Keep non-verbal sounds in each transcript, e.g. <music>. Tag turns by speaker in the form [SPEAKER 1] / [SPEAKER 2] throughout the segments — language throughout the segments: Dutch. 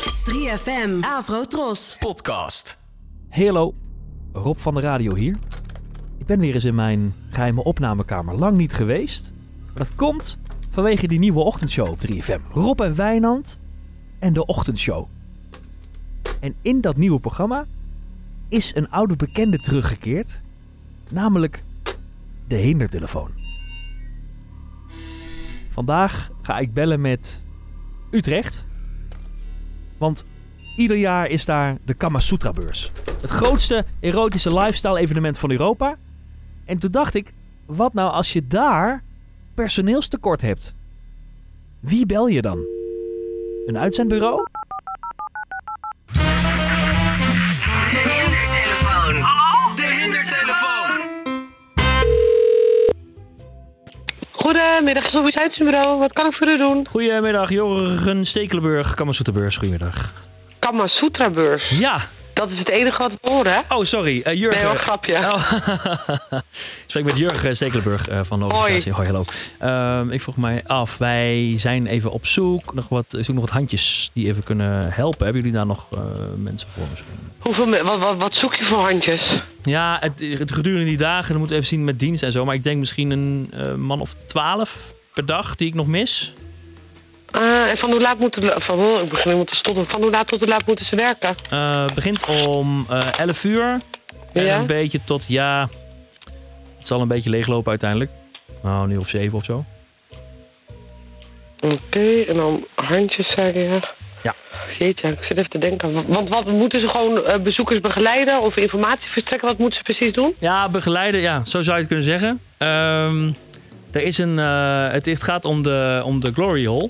[SPEAKER 1] 3FM, Avro Tros.
[SPEAKER 2] podcast.
[SPEAKER 3] Hey, Hallo, Rob van de Radio hier. Ik ben weer eens in mijn geheime opnamekamer lang niet geweest. Maar dat komt vanwege die nieuwe ochtendshow op 3FM. Rob en Wijnand en de ochtendshow. En in dat nieuwe programma is een oude bekende teruggekeerd. Namelijk de hindertelefoon. Vandaag ga ik bellen met Utrecht. Want ieder jaar is daar de Kama Sutra beurs. Het grootste erotische lifestyle evenement van Europa. En toen dacht ik, wat nou als je daar personeelstekort hebt? Wie bel je dan? Een uitzendbureau?
[SPEAKER 2] De hindertelefoon.
[SPEAKER 4] Goedemiddag, Zombies Uitzendbureau. Wat kan ik voor u doen?
[SPEAKER 3] Goedemiddag, Jorgen Stekelenburg, Kama Sutra beurs. Goedemiddag.
[SPEAKER 4] Kama Sutra beurs.
[SPEAKER 3] Ja,
[SPEAKER 4] Dat is het enige wat we horen, hè?
[SPEAKER 3] oh sorry, eh,
[SPEAKER 4] Nee,
[SPEAKER 3] Jurgen.
[SPEAKER 4] wat een grapje.
[SPEAKER 3] Oh. <laughs> ik spreek met Jurgen Stekelenburg eh, van de organisatie. Hoi, hallo. Ehm, ik vroeg mij af, wij zijn even op zoek. Nog wat, zoek nog wat handjes die even kunnen helpen. Hebben jullie daar nog eh, mensen voor misschien?
[SPEAKER 4] Hoeveel, me- wat, wat, wat zoek je voor handjes?
[SPEAKER 3] Ja, het, het gedurende die dagen, dan moeten we even zien met dienst en zo. Maar ik denk misschien een eh, man of twaalf per dag die ik nog mis.
[SPEAKER 4] Eh, en van hoe laat moeten de- van, oh, ik begin helemaal te stoppen. Van hoe laat tot hoe laat moeten ze werken?
[SPEAKER 3] Eh, het begint om eh 11 uur. En
[SPEAKER 4] Ja.
[SPEAKER 3] een beetje tot, ja, het zal een beetje leeglopen uiteindelijk. Nou, nu of zeven of zo.
[SPEAKER 4] Oké, en dan handjes, zei je. hè?
[SPEAKER 3] Ja.
[SPEAKER 4] Jeetje, ik zit even te denken. Want wat moeten ze gewoon eh, bezoekers begeleiden of informatie verstrekken? Wat moeten ze precies doen?
[SPEAKER 3] Ja, begeleiden, ja, zo zou je het kunnen zeggen. Ehm, er is een, eh, het, het gaat om de, om de Glory Hall.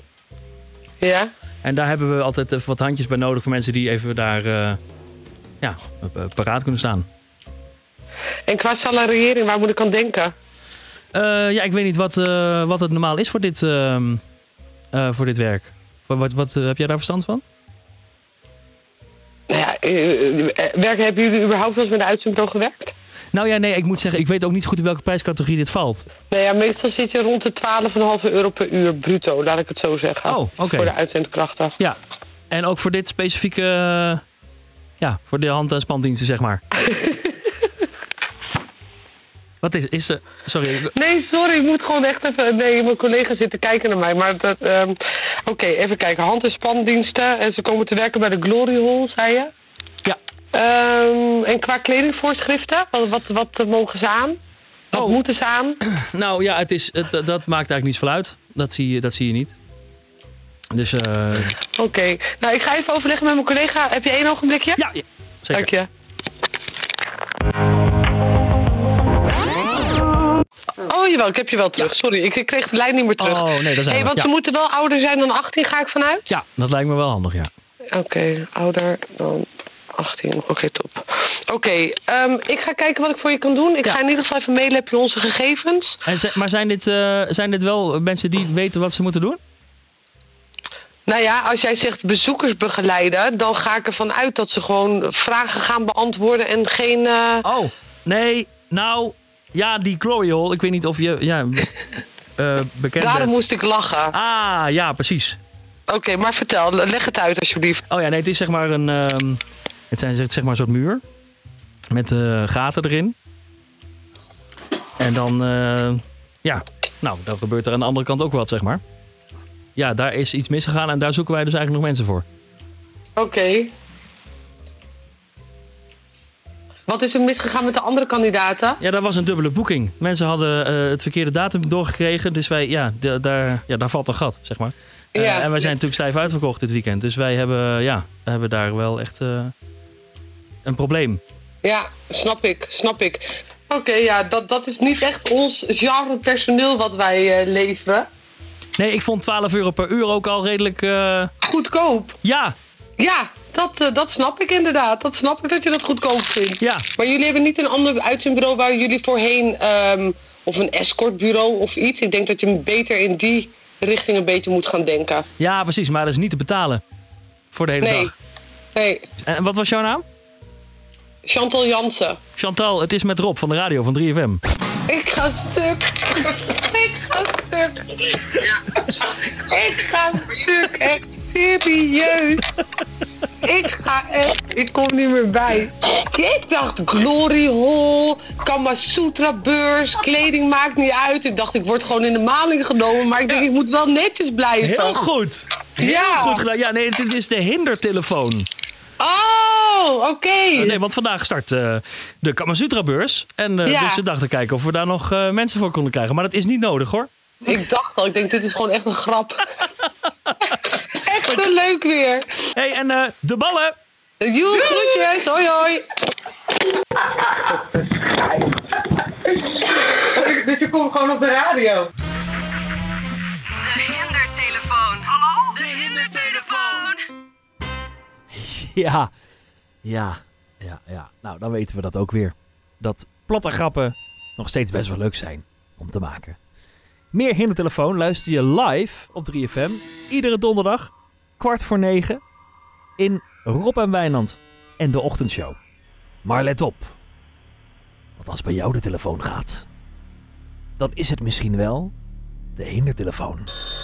[SPEAKER 4] Ja.
[SPEAKER 3] En daar hebben we altijd even wat handjes bij nodig voor mensen die even daar eh, ja, eh, paraat kunnen staan.
[SPEAKER 4] En qua salariering, waar moet ik aan denken?
[SPEAKER 3] Eh, ja, ik weet niet wat, eh, wat het normaal is voor dit, ehm, eh, voor dit werk. Wat, wat, wat, eh, heb jij daar verstand van?
[SPEAKER 4] Nou ja, eh, eh, werken, hebben jullie überhaupt wel eens met de uitzendbureau gewerkt?
[SPEAKER 3] Nou ja, nee, ik moet zeggen, ik weet ook niet goed in welke prijscategorie dit valt.
[SPEAKER 4] Nou ja, meestal zit je rond de 12,5 euro per uur bruto, laat ik het zo zeggen.
[SPEAKER 3] Oh, oké.
[SPEAKER 4] Voor de uitzendkrachten.
[SPEAKER 3] Ja. En ook voor dit specifieke. eh, ja, voor de hand- en spandiensten, zeg maar. wat is, is er. Sorry. ik-
[SPEAKER 4] Nee, sorry, ik moet gewoon echt even... Nee, mijn collega zit te kijken naar mij, maar dat... ehm, Oké, even kijken. Hand- en spandiensten. En ze komen te werken bij de Glory Hall, zei je?
[SPEAKER 3] Ja.
[SPEAKER 4] Ehm, en qua kledingvoorschriften, wat, wat, wat mogen ze aan? Wat
[SPEAKER 3] Oh.
[SPEAKER 4] moeten ze aan?
[SPEAKER 3] Nou ja, het is, het, dat maakt eigenlijk niets van uit. Dat zie je, dat zie je niet. Dus. eh,
[SPEAKER 4] Oké. Nou, ik ga even overleggen met mijn collega. Heb je één ogenblikje?
[SPEAKER 3] ja, ja, zeker.
[SPEAKER 4] Dank je. Oh jawel, ik heb je wel terug. Sorry, ik ik kreeg de lijn niet meer terug.
[SPEAKER 3] Oh, nee, dat zijn
[SPEAKER 4] hey,
[SPEAKER 3] we.
[SPEAKER 4] want
[SPEAKER 3] Ja.
[SPEAKER 4] ze moeten wel ouder zijn dan 18, ga ik vanuit?
[SPEAKER 3] Ja, dat lijkt me wel handig, ja.
[SPEAKER 4] Oké, ouder dan 18. Oké, top. Oké, ehm, ik ga kijken wat ik voor je kan doen. Ik
[SPEAKER 3] Ja.
[SPEAKER 4] ga in ieder geval even mailen, heb je onze gegevens?
[SPEAKER 3] En zi- maar zijn dit, eh, zijn dit wel mensen die weten wat ze moeten doen?
[SPEAKER 4] Nou ja, als jij zegt bezoekers begeleiden, dan ga ik ervan uit dat ze gewoon vragen gaan beantwoorden en geen... eh,
[SPEAKER 3] Oh, nee, nou, ja, die Glory Hall. Ik weet niet of je, ja, eh bekende...
[SPEAKER 4] Daarom moest ik lachen.
[SPEAKER 3] Ah, ja, precies.
[SPEAKER 4] Oké, maar vertel, leg het uit alsjeblieft.
[SPEAKER 3] Oh ja, nee, het is zeg maar een, ehm, het zijn zeg zeg maar een soort muur met eh, gaten erin. En dan, eh, ja, nou, dan gebeurt er aan de andere kant ook wat, zeg maar. Ja, daar is iets misgegaan en daar zoeken wij dus eigenlijk nog mensen voor.
[SPEAKER 4] Oké. Wat is er misgegaan met de andere kandidaten?
[SPEAKER 3] Ja, dat was een dubbele boeking. Mensen hadden eh, het verkeerde datum doorgekregen. Dus wij, ja, d- daar, ja, daar valt een gat, zeg maar. Eh,
[SPEAKER 4] Ja.
[SPEAKER 3] en wij zijn natuurlijk stijf uitverkocht dit weekend. Dus wij hebben, ja, hebben daar wel echt eh, een probleem.
[SPEAKER 4] Ja, snap ik, snap ik. Oké, ja, dat, dat is niet echt ons genre personeel wat wij eh, leveren.
[SPEAKER 3] Nee, ik vond 12 euro per uur ook al redelijk... eh,
[SPEAKER 4] Goedkoop.
[SPEAKER 3] ja,
[SPEAKER 4] Ja, dat, eh, dat snap ik inderdaad. Dat snap ik dat je dat goedkoop vindt.
[SPEAKER 3] ja.
[SPEAKER 4] Maar jullie hebben niet een ander uitzendbureau waar jullie voorheen... ehm, of een escortbureau of iets. Ik denk dat je beter in die richting een beetje moet gaan denken.
[SPEAKER 3] Ja, precies. Maar dat is niet te betalen voor de hele
[SPEAKER 4] Nee.
[SPEAKER 3] dag.
[SPEAKER 4] Nee,
[SPEAKER 3] En wat was jouw naam?
[SPEAKER 4] Chantal Jansen.
[SPEAKER 3] Chantal, het is met Rob van de radio van 3FM.
[SPEAKER 4] Ik ga stuk. Ik ga stuk. Ik ga stuk, echt. serieus. ik ga echt, ik kom niet meer bij. Ik dacht Glory Hall, Kamasutra beurs, kleding maakt niet uit. Ik dacht ik word gewoon in de maling genomen, maar ik denk ik moet wel netjes blijven.
[SPEAKER 5] Heel goed. Heel
[SPEAKER 4] Ja.
[SPEAKER 5] goed gedaan. Ja, nee, dit is de hindertelefoon.
[SPEAKER 4] Oh, oké.
[SPEAKER 5] Eh, Nee, want vandaag start eh, de Kamasutra-beurs. En eh,
[SPEAKER 4] Ja.
[SPEAKER 5] dus we dachten kijken of we daar nog eh, mensen voor konden krijgen. Maar dat is niet nodig hoor.
[SPEAKER 4] Ik dacht al, ik denk dit is gewoon echt een grap. echt zo leuk weer.
[SPEAKER 5] hey, en eh, de ballen.
[SPEAKER 4] Joe, groetjes, hoi hoi. <laughs> Dus je komt gewoon op de radio.
[SPEAKER 1] De hindertelefoon. Hallo? De hindertelefoon.
[SPEAKER 3] Ja. Ja. Ja, ja. Nou, dan weten we dat ook weer. Dat platte grappen nog steeds best wel leuk zijn om te maken. Meer Hindertelefoon luister je live op 3FM. Iedere donderdag, kwart voor negen. In Rob en Wijnand en de ochtendshow. Maar let op. Want als bij jou de telefoon gaat, dan is het misschien wel de Hindertelefoon.